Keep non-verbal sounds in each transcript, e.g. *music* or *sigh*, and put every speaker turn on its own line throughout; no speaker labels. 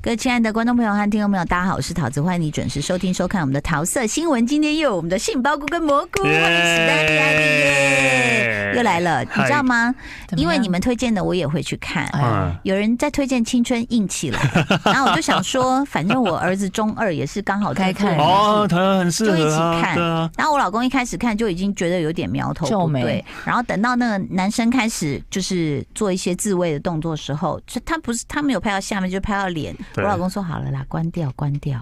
各位亲爱的观众朋友和听众朋友，大家好，我是桃子，欢迎你准时收听收看我们的桃色新闻。今天又有我们的杏鲍菇跟蘑菇，欢迎史丹利安利耶，又来了，你知道吗？
怎么
因
样
为你们推荐的，我也会去看。
哎
嗯，
有人在推荐《青春硬气了》，然后我就想说，反正我儿子中二也是刚好在
该看
做
人
哦，他很适合
哎就一起看
啊，对啊，
然后我老公一开始看就已经觉得有点苗头
皱
不
眉
对，然后等到那个男生开始就是做一些自慰的动作的时候，就他不是他没有拍到下面，就拍到脸。我
对
老公说好了啦，关掉关掉。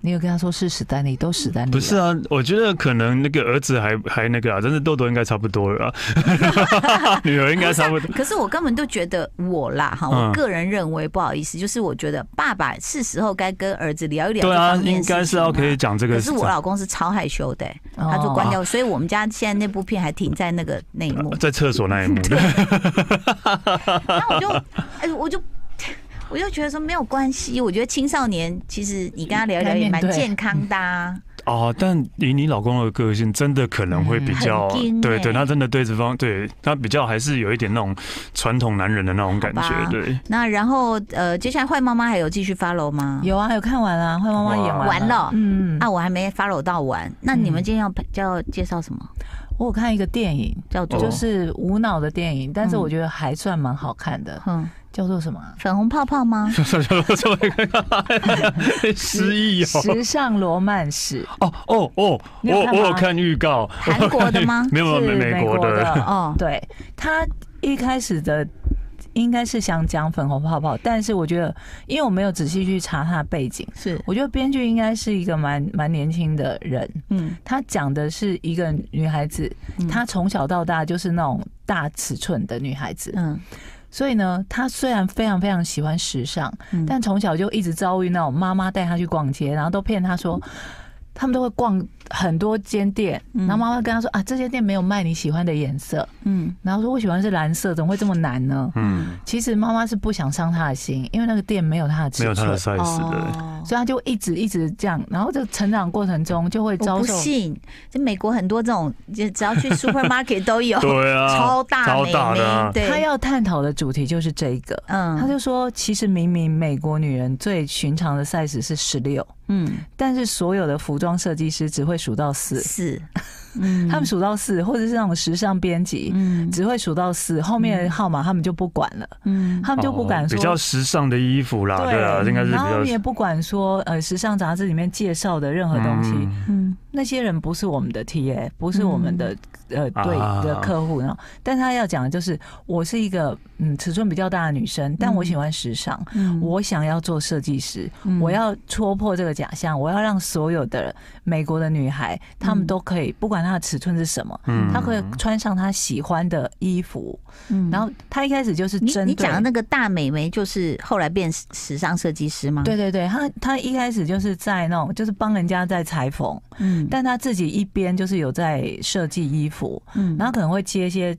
你有跟他说是史丹利，都史丹利啊，
不是啊，我觉得可能那个儿子还还那个啊，但是豆豆应该差不多
*laughs*
了啊，女儿应该差不多。
可是我根本都觉得我啦哈，
嗯
我个人认为不好意思，就是我觉得爸爸是时候该跟儿子聊一聊。
对啊，应该是要可以。讲这个。
可是我老公是超害羞的、
哦，
他就关掉，所以我们家现在那部片还停在那个那
*laughs*
一幕。
在厕所那
*laughs*
一幕，
那我就，哎，我就。我就觉得说没有关系，我觉得青少年其实你跟他聊一聊也蛮
该面对
健康的、啊，
*laughs* 哦，但以你老公的个性，真的可能会比较
嗯很硬欸
对对，他真的对这方对他比较还是有一点那种传统男人的那种感
好吧
觉，对。 *laughs*
那然后呃，接下来坏妈妈还有继续 follow 吗？
有啊，有看完啊，坏妈妈
哇
演完
完了
嗯，啊，
啊，我还没 follow 到完。那你
嗯
们今天要要介绍什么？
我有看一个电影，
叫做
哦
就是无脑的电影，但是
嗯
我觉得还算蛮好看的，
嗯，
叫做什么啊？
粉红泡泡
*laughs*
吗？
*laughs*
*laughs*
失忆哦
时尚罗
*laughs*
曼史，
哦哦哦，
你有
我
看
我
吗
有看预告，？
韩国的吗
没有
是
美
美
哦美国
国
的
的
哦，
*laughs* 对他一开始的。应该是想讲粉红泡泡，但是我觉得，因为我没有仔细去查他的背景，
是，
我觉得编剧应该是一个蛮蛮年轻的人，
嗯，
她讲的是一个女孩子，
嗯
她从小到大就是那种大尺寸的女孩子，
嗯
所以呢，她虽然非常非常喜欢时尚，
嗯，
但从小就一直遭遇那种妈妈带她去逛街，然后都骗她说。他们都会逛很多间店，
嗯
然后妈妈跟她说啊，这间店没有卖你喜欢的颜色，
*laughs*
嗯
然后说我喜欢是蓝色，怎么会这么难呢？
嗯，
其实妈妈是不想伤她的心，因为那个店没有她的尺
没有他
寸，
的 size 的。
哦
所以她就一直一直这样，然后这成长过程中就会
我
遭
不
受
信，这美国很多这种，就只要去 supermarket 都有，
对啊，
超大
超
美
大
眉
的啊，
对，
他要探讨的主题就是这一个。
嗯，
他就说，其实明明美国女人最寻常的 size 是十六，
嗯
但是所有的服装设计师只会数到四，
是，嗯
*laughs* 他们数到四，或者是那种时尚编辑
嗯
只会数到四，后面的号码他们就不管了，
嗯
他们就不敢
哦比较
说。
时尚的衣服啦，对啊，应该是比
然后他
较
们也不管说，呃，时尚杂志里面介绍的任何东西，
嗯
嗯
那些人不是我们的 TA，不是我们的、呃对
啊
的客户，然后，但他要讲的就是，我是一个嗯尺寸比较大的女生，但我喜欢时尚，
嗯
我想要做设计师，
嗯
我要戳破这个假象，我要让所有的美国的女孩，她
嗯
们都可以，不管她的尺寸是什么，
嗯
她可以穿上她喜欢的衣服。 *laughs*
嗯
然后她一开始就是
你
针
你
对
讲的那个大美眉，就是后来变时时尚设计师吗？
对，对对，她她一开始就是在那种就是帮人家在裁缝，
嗯
但她自己一边就是有在设计衣服，
嗯
然后可能会接一些。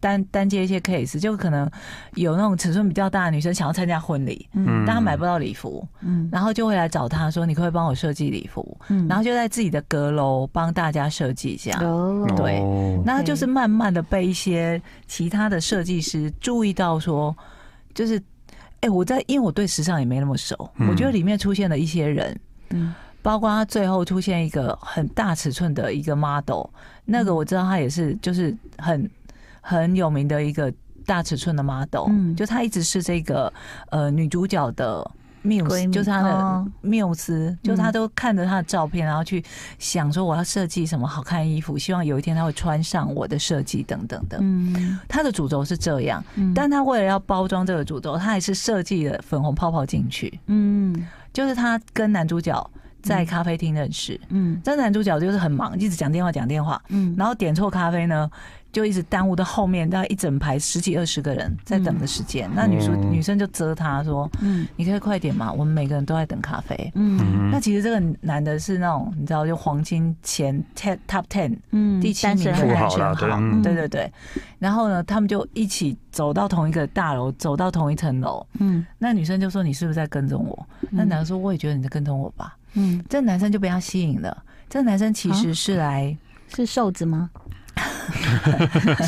单单接一些 case，就可能有那种尺寸比较大的女生想要参加婚礼，
嗯
但她买不到礼服，
嗯
然后就会来找她说：“你可不可以帮我设计礼服？”
嗯
然后就在自己的阁楼帮大家设计一下。
哦
哦
对那就是慢慢的被一些其他的设计师注意到说，就是，哎、我在因为我对时尚也没那么熟，
嗯
我觉得里面出现了一些人，
嗯
包括他最后出现一个很大尺寸的一个 model，那
嗯
个我知道他也是就是很很有名的一个大尺寸的 model，、
嗯
就他一直是这个呃女主角的
闺
muse，
蜜
就是她的
哦
缪斯，就是她都看着她的照片，然后去想说我要设计什么好看的衣服，希望有一天她会穿上我的设计等等的。
嗯，
她的主轴是这样，
嗯
但她为了要包装这个主轴，她还是设计了粉红泡泡进去，
嗯
就是她跟男主角在咖啡厅认识。
嗯
但男主角就是很忙，一直讲电话讲电话，
嗯
然后点错咖啡呢，就一直耽误到后面大概一整排十几二十个人在等的时间。那女主
嗯
女生就责他说：“
嗯
你可以快点嘛，我们每个人都在等咖啡。
嗯
嗯
那其实这个男的是那种你知道，就黄金前 ten top ten
嗯
第七名的
富
男
豪
生
啦
好，
对嗯
对对对。然后呢，他们就一起走到同一个大楼，走到同一层楼。
嗯
那女生就说：“你是不是在跟踪我？”那男的说：“我也觉得你在跟踪我吧。
嗯”
这男生就被他吸引了。这男生其实是来 *laughs*
是瘦子吗？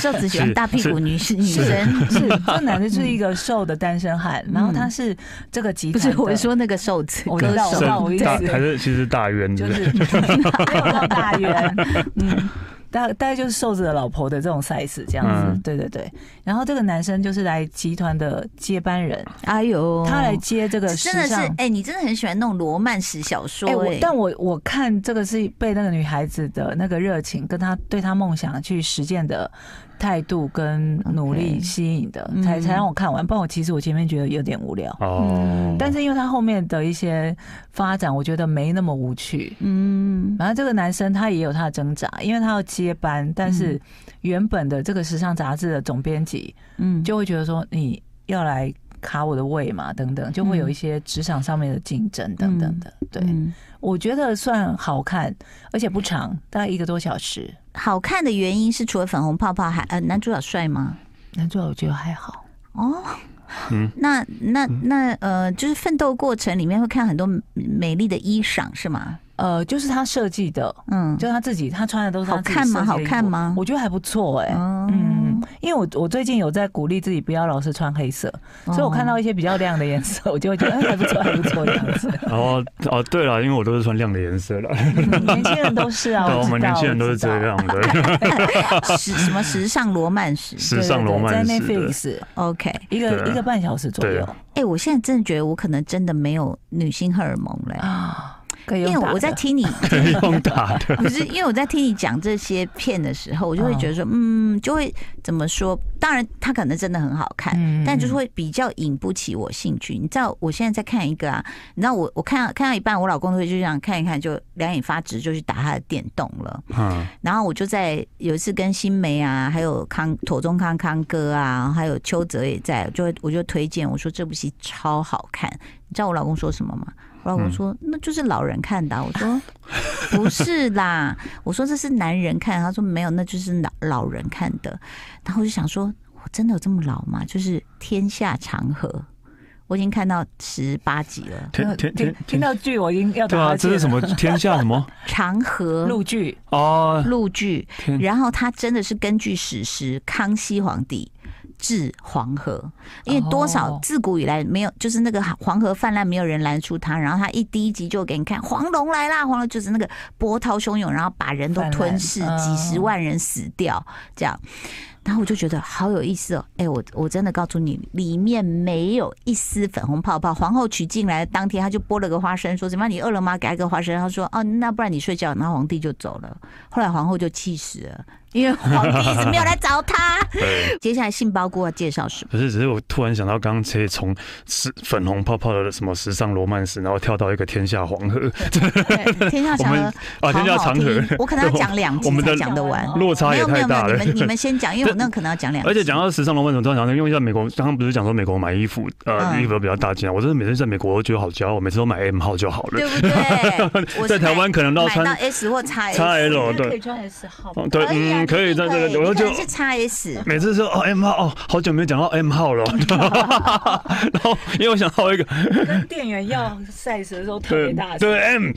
瘦子喜欢
是
大屁股
是
女女
是
生，
是，这男的是一个瘦的单身汉，然后他是这个集
不
团
是
的，
我说那个瘦子
我
歌
知道
手
我知，道我意思
大还是其实大圆
就
的，
是没有到大圆，嗯，大大概就是瘦子的老婆的这种 size 这样子，
嗯
对对对。然后这个男生就是来集团的接班人，
哎呦，
他来接这个时
真的是
尚。
哎、你真的很喜欢弄罗曼史小说、
哎、我
哎
但我我看这个是被那个女孩子的那个热情，跟她对她梦想去实践的态度跟努力
OK
吸引的
嗯
才才让我看完。不然我其实我前面觉得有点无聊，
哦，
但是因为他后面的一些发展，我觉得没那么无趣。
嗯，
然后这个男生他也有他的挣扎，因为他要接班，但是原本的这个时尚杂志的总编辑
嗯，
就会觉得说你要来卡我的位嘛，等等，就会有一些职场上面的竞争等等的。对，
嗯
我觉得算好看，而且不长，大概一个多小时。
好看的原因是除了粉红泡泡还呃男主角帅吗？
男主角我觉得还好，
哦，
嗯
那那那呃，就是奋斗过程里面会看很多美丽的衣裳是吗？
呃，就是他设计的，
嗯，
就是他自己，他穿的都是他自己
好看吗
设计的
好看
衣服
吗
我觉得还不错哎、
哦
嗯，因为我我最近有在鼓励自己不要老是穿黑色，
哦
嗯所以我看到一些比较亮的颜色，我就会觉得哎还不错，还不错这样子。
哦哦，对了，因为我都是穿亮的颜色了，
嗯年轻人都是啊，
对，我
知
们
道
年轻人都是这。
我知道
样的，
哦 *laughs* 时什么时尚罗曼史
时尚罗曼史
对对
的
对，在 Netflix
？OK，哎、
一个
对啊
一个半小时左右
我现在真的觉得我可能真的没有女性荷尔蒙了、欸
啊，可以
因
用
为
打的
我在听
*laughs*
你
可以用打的，
不是，因为我在听你讲这些片的时候，我就会觉得说，
啊
嗯，就会怎么说？当然，它可能真的很好看，
嗯
但就是会比较引不起我兴趣。你知道，我现在在看一个啊，你知道我我看看到一半，我老公都会就这样看一看，就两眼发直，就去打他的电动了。
嗯，
然后我就在有一次跟新梅啊，还有康妥中康康哥啊，还有邱泽也在，就会我就推荐我说这部戏超好看。你知道我老公说什么吗？我老公说、那就是老人看的啊、我说不是啦，我说这是男人看。他说没有，那就是老老人看的。然后我就想说，我真的有这么老吗？就是天下长河，我已经看到十八集了，
天天
听
天
听
天，
到剧我已经要打
对啊，
哈
这
欠了
是什么
*laughs*
天下什么
长河
陆剧？
*laughs*
哦，
陆剧，
天
然后它真的是根据史实，康熙皇帝治黄河，因为多少
哦
自古以来没有，就是那个黄河泛滥，没有人拦出他。然后他一第一集就给你看黄龙来啦，黄龙就是那个波涛汹涌，然后把人都
泛滥
吞噬，
嗯
几十万人死掉这样。然后我就觉得好有意思哦！哎，我我真的告诉你，里面没有一丝粉红泡泡。皇后娶进来的当天，她就剥了个花生，说：“怎么样你饿了吗？给她一个花生。”她说：“哦，那不然你睡觉。”然后皇帝就走了。后来皇后就气死了，因为皇帝一直没有来找
*laughs*
她。
对。
接下来杏鲍菇要介绍什么？
可是，只是我突然想到，刚刚可以从时粉红泡泡的什么时尚罗曼史，然后跳到一个天下黄河
*laughs* 天下长
我
河
们啊，天下
好好
长
听
河，
我可能要讲两集
*laughs* 我们
才
的
讲得完。
哦
落差
没
也
有没
太
有没
大
有，
了
你。们你们先讲，因为我那可能要讲两集。
*laughs* 而且讲到时尚浪漫，怎么突然想到，因为在美国，刚刚不是讲说美国买衣服，呃，
嗯
衣服都比较大件啊。我真的每次在美国，我觉得好骄傲，每次都买 M 号就好了。
对不对？我是
在台湾可能都要
买到
穿
S 哎或 XS。
XL，对，
穿 S 号
哦对，嗯，可以在这个，
就
我就
可能是
*laughs*
XS。
每次说哦 M 号，哦，好久没有讲到 M
*laughs*
号了， *laughs* 然后因为我想到一个，
*laughs* 跟店员要 size 的时候特
对对 M，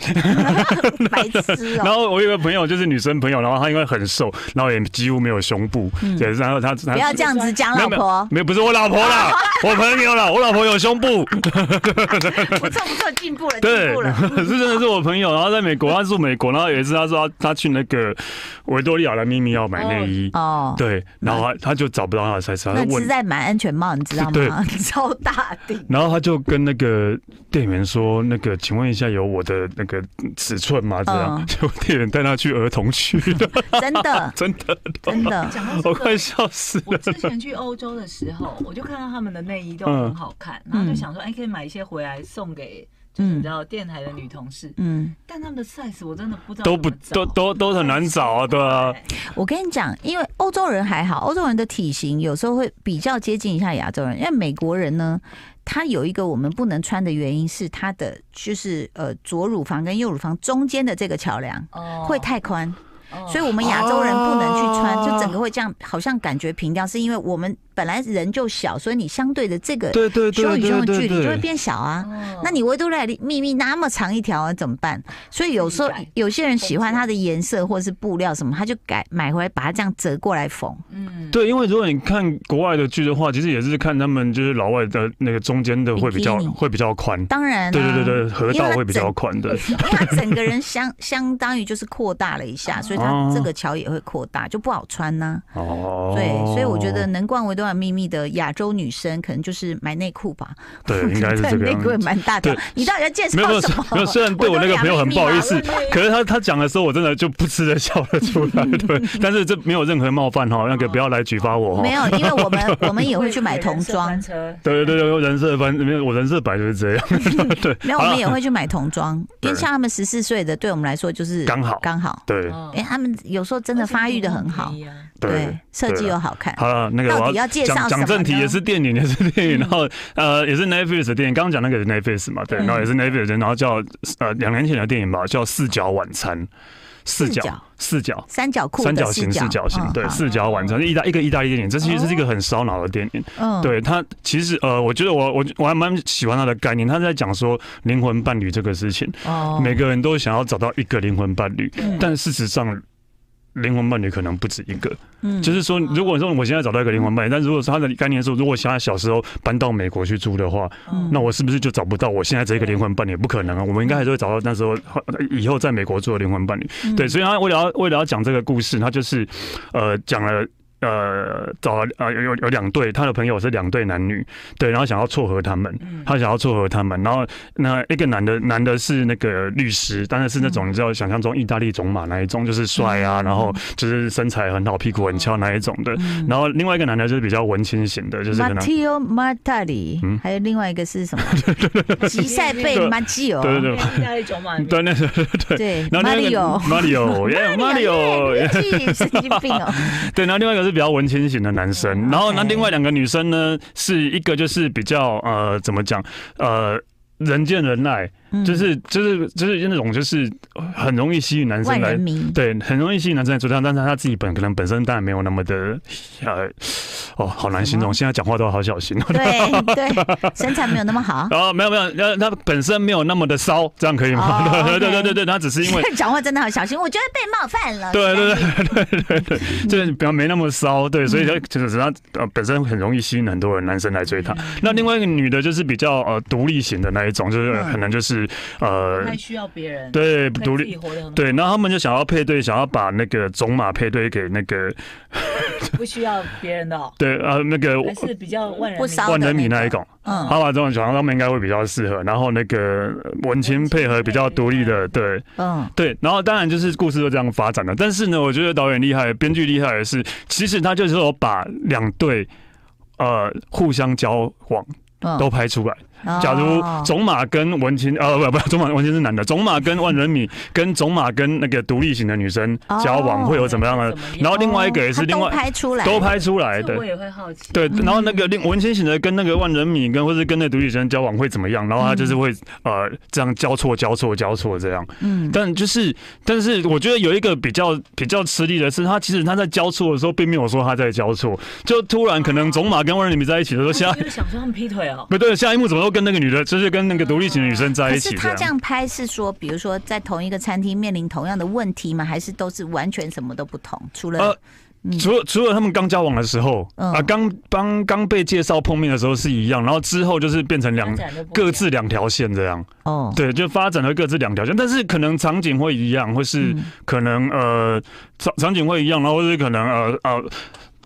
白痴
*laughs* 然
哦、
后我有一个朋友就是女生朋友，然后她因为很瘦，然后也几乎没有胸部，对，然后她她
嗯不要这样子讲老
没有没有
婆，
没有不是我老婆啦，我朋友啦，我老婆有胸部，
不错不错，进步了，嗯
对
进步，了。
是真的是我朋友，然后在美国，他住美国，然后有一次他说他他去那个维多利亚的秘密要买内衣，
哦，
对，然后他他就找不到他的 size，他
那
就
是
问，
在买安全帽，你知道吗？ *laughs* 超大顶，
然后他就跟那个店员说，那个请问一下有我的那个尺寸吗？这样，
嗯
*laughs* 结果店员带他去儿童区 *laughs* 了，
真的
真的，
真的。
讲到
*laughs* 我
这
快
个，
笑死
我
了。
之前去欧洲的时候，我就看到他们的内衣都很好看，
嗯
然后就想说，哎，可以买一些回来送给，就是你知道电台的女同事，
嗯，
但他们的 size 我真的不知道
都不
怎么找
都都都很难找啊，对啊，
我跟你讲，因为欧洲人还好，欧洲人的体型有时候会比较接近一下亚洲人，因为美国人呢，他有一个我们不能穿的原因是他的就是呃左乳房跟右乳房中间的这个桥梁
哦
会太宽，
嗯
所以我们亚洲人不能去穿，
哦
就整个会这样，好像感觉平掉，是因为我们本来人就小，所以你相对的这个
对对对
胸与胸
对
的距
对
离就会
对，
变小啊。
嗯
那你维多利亚秘密那么长一条、啊、怎么办？所以有时候
自己改
有些人喜欢它的颜色或是布料什么，他就改买回来把它这样折过来缝。
嗯，
对，因为如果你看国外的剧的话，其实也是看他们就是老外的那个中间的会比较
Bikini
会比较宽，
当然、啊，
对对对对，河
因为
道
它
会比较
整
宽的。 *laughs*
因为它整个人相相当于就是扩大了一下，所以它这个桥也会扩大，就不好穿呐、
哦，
对，所以我觉得能逛维多利亚秘密的亚洲女生，可能就是买内裤吧。 *laughs*
对，应该是这个
内
样
裤也
子。
蛮大条
对。
你到底要介
没有没
绍
有
什么？
没有，虽然对我那个朋友很不好意思
维多利亚秘密啊嘛，
可是他他讲的时候，我真的就噗嗤的笑了出来。对，
*laughs*
但是这没有任何冒犯哈，那个不要来举发我
*laughs*
哈。
哦没有，因为我
*laughs*
们我们也会去买童
会
装
人，设翻车
对对对，我人设反没有，我人设本来就是这样。对，
没有我
好了
们也会去买童装，因为
对
像他们十四岁的，对我们来说就是
刚好
刚好。
对
哦
嗯
哎，他们有时候真的发育的很好，，
对
对，，设计
对啊
又好看。
好了，那个
到底
我
要介绍
讲
什
讲
么
正题，
呢嗯
也是电影， *laughs* 也是电影，然后呃，也是 Netflix 的电影。刚刚讲那个也是 Netflix 嘛，对，
嗯
然后也是 Netflix，的然后叫呃两年前的电影吧，叫《四角晚餐》，四
四
角
角
四角。
三角裤的
三角形、四
四
角形，
嗯
对，
好
四角晚餐，意大一个意大利电影，这其实是一个很烧脑的电影。
嗯，
对它其实呃，我觉得我我我还蛮喜欢它的概念，它在讲说灵魂伴侣这个事情，
哦
每个人都想要找到一个灵魂伴侣，
嗯
但事实上。灵魂伴侣可能不止一个，
嗯
就是说，如果说我现在找到一个灵魂伴侣，但如果说他的概念是，如果想他小时候搬到美国去住的话，
嗯
那我是不是就找不到我现在这个灵魂伴侣？不可能啊，我们应该还是会找到那时候以后在美国住的灵魂伴侣。对，
嗯
所以他为了要为了要讲这个故事，他就是呃讲了。呃，找了呃有有有两对，他的朋友是两对男女，对，然后想要撮合他们，他想要撮合他们，然后那一个男的男的是那个律师，但是是那种你知道想象中意大利种马那一种，就是帅啊，然后就是身材很好，屁股很翘那一种的，然后另外一个男的就是比较文青型的，就是可能
Matteo Martali，、
嗯
还有另外一个是
*laughs*
什么？吉塞贝
对
Maggio，
对对
啊
意大利种马，
*laughs* 对，那是对，
对
然后那个
Mario。
Mario，耶 Mario，
耶
*laughs*
日记神经病哦！
对，然后另外一个是比较文青型的男生，然后那
嗯 OK
另外两个女生呢，是一个就是比较呃怎么讲呃。人见人爱， *laughs*
嗯
就是就是就是那种就是很容易吸引男生
万
来
人，迷，
对，很容易吸引男生来追她，但是她自己本可能本身当然没有那么的呃，哦，好难形容，现在讲话都好小心。
对
*laughs*
对，身材没有那么好，
哦，没有没有，那她本身没有那么的骚，这样可以吗？
哦
*laughs* 对对
OK
对对对，她只是因为
讲话真的好小心，我觉得被冒犯 *laughs* 了。
对对对对对对，就是比较没那么骚，对，所以就就是他呃本身很容易吸引很多人男生来追她。那另外一个女的，就是比较呃独立型的那一种，就是
嗯
可能就是呃
太需要别人，，
对独立。
活得很好，
对，然后他们就想要配对，想要把那个种马配对给那个
不需要别人的哦，
对呃那个
还是比较万人
不
迷
骚
万
的
人迷那
那
一种，
嗯
他把这种想象他们应该会比较适合。然后那个文青配合比较独立的，对，
嗯，
对，然后当然就是故事就这样发展了。但是呢，我觉得导演厉害，编剧厉害的是，其实他就是有把两对。呃，互相交往
嗯
都拍出来。假如
哦
种马跟文青，呃，不不，种马文青是男的，种马跟万人迷，跟种马跟那个独立型的女生交往
哦
会有怎么样的？然后另外一个也是
他
另
都
外
拍出来，
都拍出来
这
的
我，也会好奇，
对。然后那个另文青型的跟那个万人迷跟或是跟那独立生交往会怎么样？然后他就是会呃这样交错交错交错这样。
嗯，
但就是，但是我觉得有一个比较比较吃力的是，他其实他在交错的时候，并没有说他在交错，就突然可能种马跟万人迷在一起的时候，
*laughs*
下
我就是想说他们劈腿哦，
不对，下一幕怎么又跟那个女的，就是跟那个独立型的女生在
可
一
是
起
他这
样？
样拍是说，比如说在同一个餐厅面临同样的问题吗？还是都是完全什么都不同？除了
呃除了除了他们刚交往的时候
嗯
啊，刚刚刚被介绍碰面的时候是一样，然后之后就是变成 *laughs* 两
发展都不一样
各自两条线这样，
哦，
对，就发展了各自两条线，但是可能场景会一样，或是
嗯
可能呃场场景会一样，然后或是可能呃呃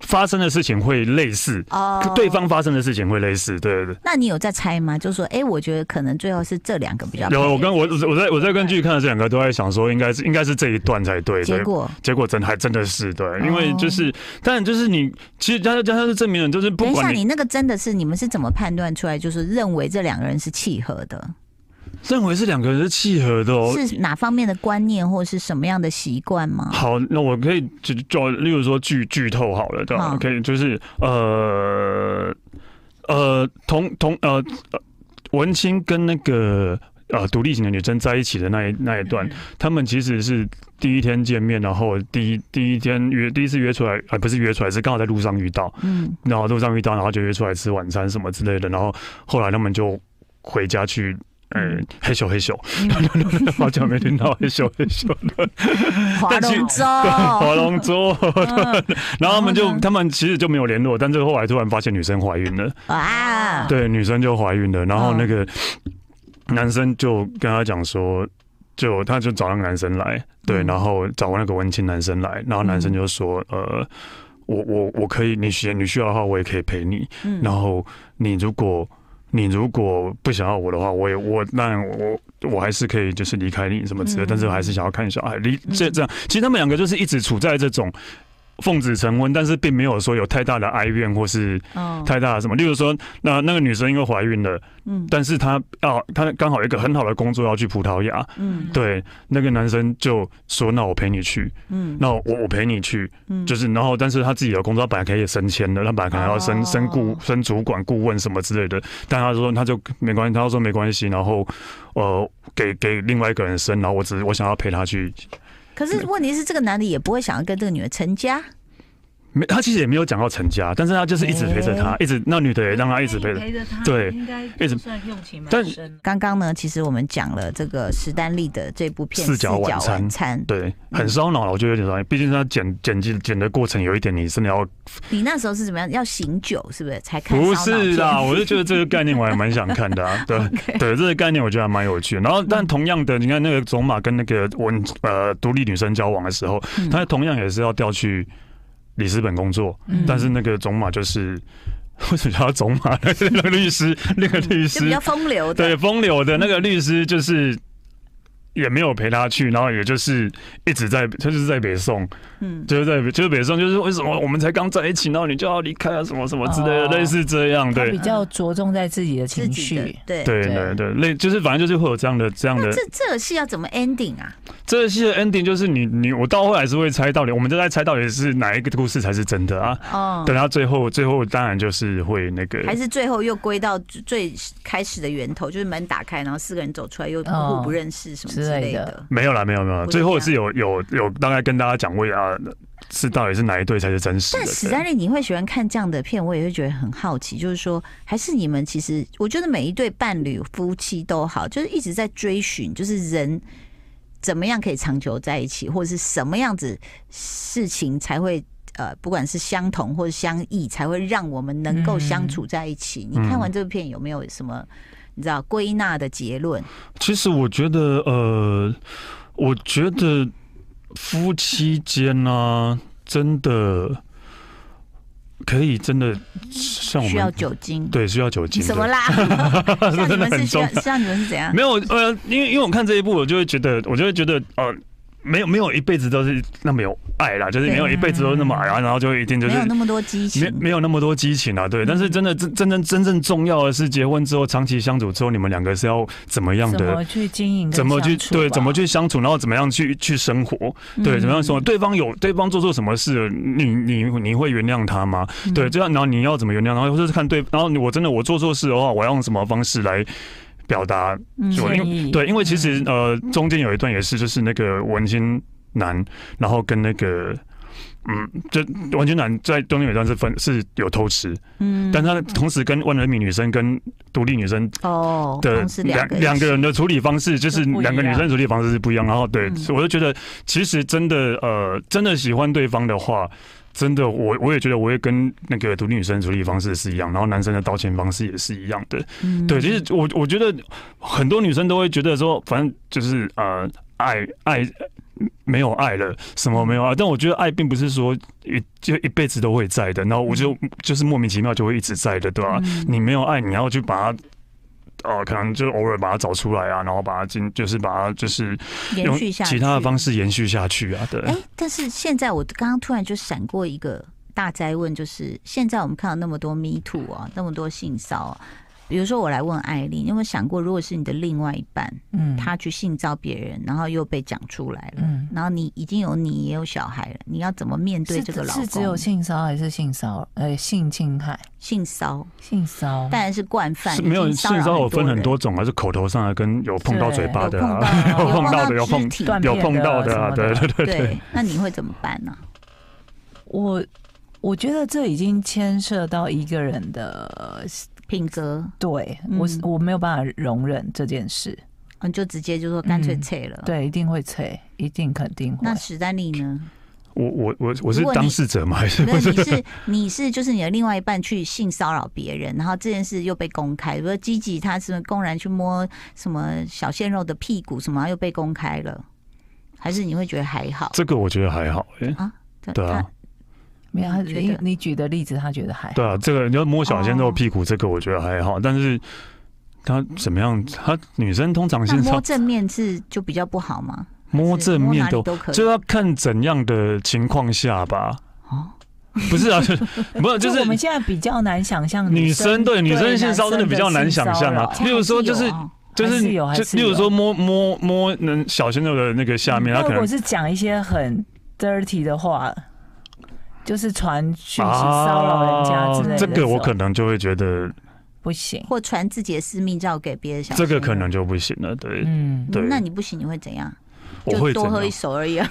发生的事情会类似，
哦
对方发生的事情会类似，对对对。
那你有在猜吗？就是说，哎、我觉得可能最后是这两个比较
有我跟我我在我在跟剧看的这两个都在想说，应该是应该是这一段才对，
结
对
果哦
结果真还真的是对，因为就是，但就是你其实他他他是证明了，就是不
等一下，
管
你
你
那个真的是你们是怎么判断出来？就是认为这两个人是契合的，
认为是两个人是契合的哦。
是哪方面的观念或是什么样的习惯吗？
好，那我可以就就例如说剧剧透好了，对吧？
好
可以就是呃呃同同呃呃文青跟那个呃独立型的女生在一起的那一那一段，他们其实是第一天见面，然后第一第一天约第一次约出来，呃，不是约出来，是刚好在路上遇到，
嗯，
然后路上遇到，然后就约出来吃晚餐什么之类的，然后后来他们就回家去。呃，嘿咻嘿咻， *laughs* 好久没听到嘿咻嘿咻了，
划
*laughs* 但其 *laughs*
龙舟，
划龙舟。然后他们
然
就
后呢，
他们其实就没有联络，但是后来突然发现女生怀孕了，
啊，
对，女生就怀孕了，然后
嗯
那个男生就跟他讲说，就他就找那个男生来，对，
嗯
然后找那个文青男生来，然后男生就说，呃，我我我可以，你需你需要的话，我也可以陪你，
嗯
然后你如果你如果不想要我的话，我也我那我我还是可以就是离开你什么之类，
嗯
但是我还是想要看小孩。离
嗯
这这样，其实他们两个就是一直处在这种奉子成婚，但是并没有说有太大的哀怨或是
嗯
太大的什么。例如说，那那个女生因为怀孕了，
嗯
但是她要、她刚好有一个很好的工作要去葡萄牙，
嗯
对，那个男生就说那我陪你去，
嗯，
那我我陪你去，
嗯
就是，然后，但是他自己的工作他本来可以升迁的，他本来可能要升、
哦
升顾、升主管、顾问什么之类的，但他说他就没关系，他说没关系，然后呃，给给另外一个人升，然后我只是我想要陪他去，
可是问题是，这个男的也不会想要跟这个女的成家，
没，他其实也没有讲到成家，但是他就是一直陪着他，
哎
一直那女的也让他一直陪着，
陪着他，
对
应该
一直
就算用情
但
蛮深的。
刚刚呢，其实我们讲了这个史丹利的这部片《
四角晚餐
餐
对，很烧脑了，我觉得有点烧脑，毕竟他剪剪辑剪的过程有一点，你真的要
你那时候是怎么样？要醒酒是不是？才看
不
烧脑
是
片
啦，我就觉得这个概念我还蛮想看
*laughs*
的、啊，对
OK 嗯
对，这个概念我觉得还蛮有趣的。然后，但同样的，你看那个走马跟那个文呃独立女生交往的时候，
嗯
她同样也是要调去里斯本工作，
嗯
但是那个走马就是为什么叫他走马？ *laughs* 那个律师，那个律
就比
师
较，嗯风流的，
对风流的那个律师就是。也没有陪他去，然后也就是一直在，他就是在北宋，
嗯，
就是在就是北宋，就是为什么我们才刚在一起，然后你就要离开啊，什么什么之类的，
哦
类似这样，
他
对
比，
嗯
较着重在自己的
自
情
己的
绪，
对。
对
对
对对，类就是反正就是会有这样的这样的
那这这个戏要怎么 ending 啊？
这些 ending，就是你你我到后来是会猜到底，我们都在猜到底是哪一个故事才是真的啊。
哦，
等到最后，最后当然就是会那个，
还是最后又归到最最开始的源头，就是门打开，然后四个人走出来又
哦
互不认识什么之
之类
类
的
的。
没有啦，没有没有，
不是
最后
这
是有有有大概跟大家讲过啊，是到底是哪一对才是真实的。
但史丹利，你会喜欢看这样的片，我也会觉得很好奇。就是说，还是你们其实，我觉得每一对伴侣、夫妻都好，就是一直在追寻，就是人怎么样可以长久在一起，或者是什么样子事情才会呃，不管是相同或者相异，才会让我们能够相处在一起。你看完
嗯
这部片，有没有什么你知道归纳的结论？
其实我觉得，呃，我觉得夫妻间呢、真的可以真的像我
需要
们
酒精？
对需要酒精，
什么
对 *laughs*
啦？像你
真的
们是
很
需
重
要，像你们是怎样？
没有呃，因为因为我看这一部，我就会觉得，我就会觉得呃，没有没有一辈子都是那么有爱啦，就是没有一辈子都那么爱啦，然后就一定就是
嗯没有那么多激
没
情。
没有那么多激情啊，对。但是真的真真正真正重要的是，结婚之后长期相处之后，你们两个是要怎么样
怎
的
么去经营，
怎么去对怎么。
啊
去相处，然后怎么样去去生活，
嗯
对，怎么样生活？对方有对方做错什么事，你你你会原谅他吗？
嗯
对，这样然后你要怎么原谅？然后或者是看对，然后我真的我做错事的话，我要用什么方式来表达？就
嗯建
因
议
为对，因为其实呃中间有一段也是，就是那个文心男，然后跟那个。嗯，就文心男在中间有一段是分是有偷吃，
嗯
但他同时跟万人迷女生跟独立女生
哦，
的
同时
两
两个
两个人的处理方式，就是
就不一
两个女
样
生处理方式是不一样。然后对，
嗯
我就觉得其实真的呃，真的喜欢对方的话，真的我我也觉得我会跟那个独立女生处理方式是一样，然后男生的道歉方式也是一样的。
嗯
对，其实我我觉得很多女生都会觉得说，反正就是呃，爱爱没有爱了，什么没有爱。但我觉得爱并不是说一就一辈子都会在的，然后我就、就是莫名其妙就会一直在的，对吧、你没有爱，你要去把它。哦，可能就偶尔把它找出来啊，然后把它进，就是把它就是
延
用
续下
其他的方
式。
式延续下去啊，对。
哎，但是现在我刚刚突然就闪过一个大灾问，就是现在我们看到那么多 Me Too 啊，那么多性骚扰，比如说我来问艾丽，你有没有想过，如果是你的另外一半，
嗯，
他去性骚别人，然后又被讲出来了，
嗯
然后你已经有你也有小孩了，你要怎么面对
是
这个老公？
是只有性骚扰还是性骚扰？呃，性侵害、
性骚，
性骚扰，
当然是惯犯，
是没有
已经
性骚扰分很
多
多种啊，是口头上的跟有碰到嘴巴
人，
的
有碰到
啊，有碰 *laughs* 到的，有碰
肢体
断
有
片
碰到的啊，
什
对
么
对对对
对，那你会怎么办呢、
我我觉得这已经牵涉到一个人的，呃
品格，
对我是
嗯
我没有办法容忍这件事，
你就直接就说干
嗯
脆撤了。，
对，一定会催，一定肯定会
那。史丹利呢？
*laughs* 我我我我是
如果你
当事者吗？还 *laughs* 是
没有，
不是
你？是你是就是你的另外一半去性骚扰别人，然后这件事又被公开，比如说吉吉他是不是公然去摸什么小鲜肉的屁股什么，又被公开了，还是你会觉得还好？
这个我觉得还好，哎，对啊
他，
没有，他
你觉
你
得
你举的例子，他觉得还好
对啊，这个你要摸小鲜肉
哦
屁股，这个我觉得还好，但是他怎么样？他女生通常
那
性
摸
骚
正面是就比较不好吗？
摸
是
正
摸
面
哪里
都
都可以
就要看怎样的情况下吧。
哦，
不是啊，
*laughs*
没有，就是
我们现在比较难想象
女
生
生对女生性
男
骚扰真的比较难想象啊
性骚扰
例如说就是
还有哦
就
还
是
是有还
就是例如
有
说摸摸摸能小鲜肉的那个下面，他啊
那
可能
如果是讲一些很 dirty 的话，就是传讯息骚扰人家之类的
啊这
时候，
个我可能就会觉得
不行。
或传自己的私密照给别的小
这个
鲜
可
肉
能就不行了。对，
嗯，
对
那你不行，你会怎样？
我会
就多
怎
喝
样
一手而已、啊，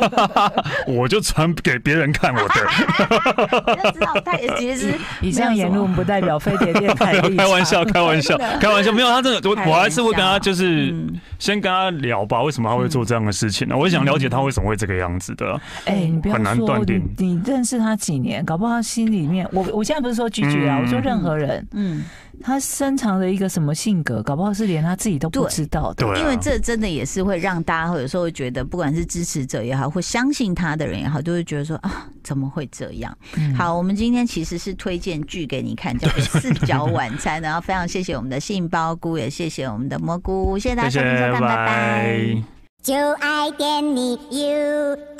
*laughs*
我就传给别人看我的，
*laughs*
就知道他也其
*laughs*
实
以上言论不代表飞碟电台
没有
立场。
开玩
*laughs*
笑，开玩笑，开玩笑，没有他真的，我
开玩笑
我还是会跟他就是
嗯，
先跟他聊吧，为什么他会做这样的事情啊呢？我也想了解
嗯
他为什么会这个样子的啊，
嗯
哎、你不要
很难
说
断
你
定，
你认识他几年，搞不好心里面，我我现在不是说拒绝啊，
嗯
我说任何人，
嗯，
他深藏的一个什么性格，搞不好是连他自己都不
对
知道的。
对啊，
因为这真的也是会让大家有时候会觉得，不管是支持者也好，或相信他的人也好，都会觉得说啊，怎么会这样？
嗯，
好，我们今天其实是推荐剧给你看，叫做《四角晚餐》，然后非常谢谢我们的杏鲍菇，也谢谢我们的蘑菇，谢谢大家
谢
收听收
谢，
看，拜拜
拜。
就爱点你 UFO。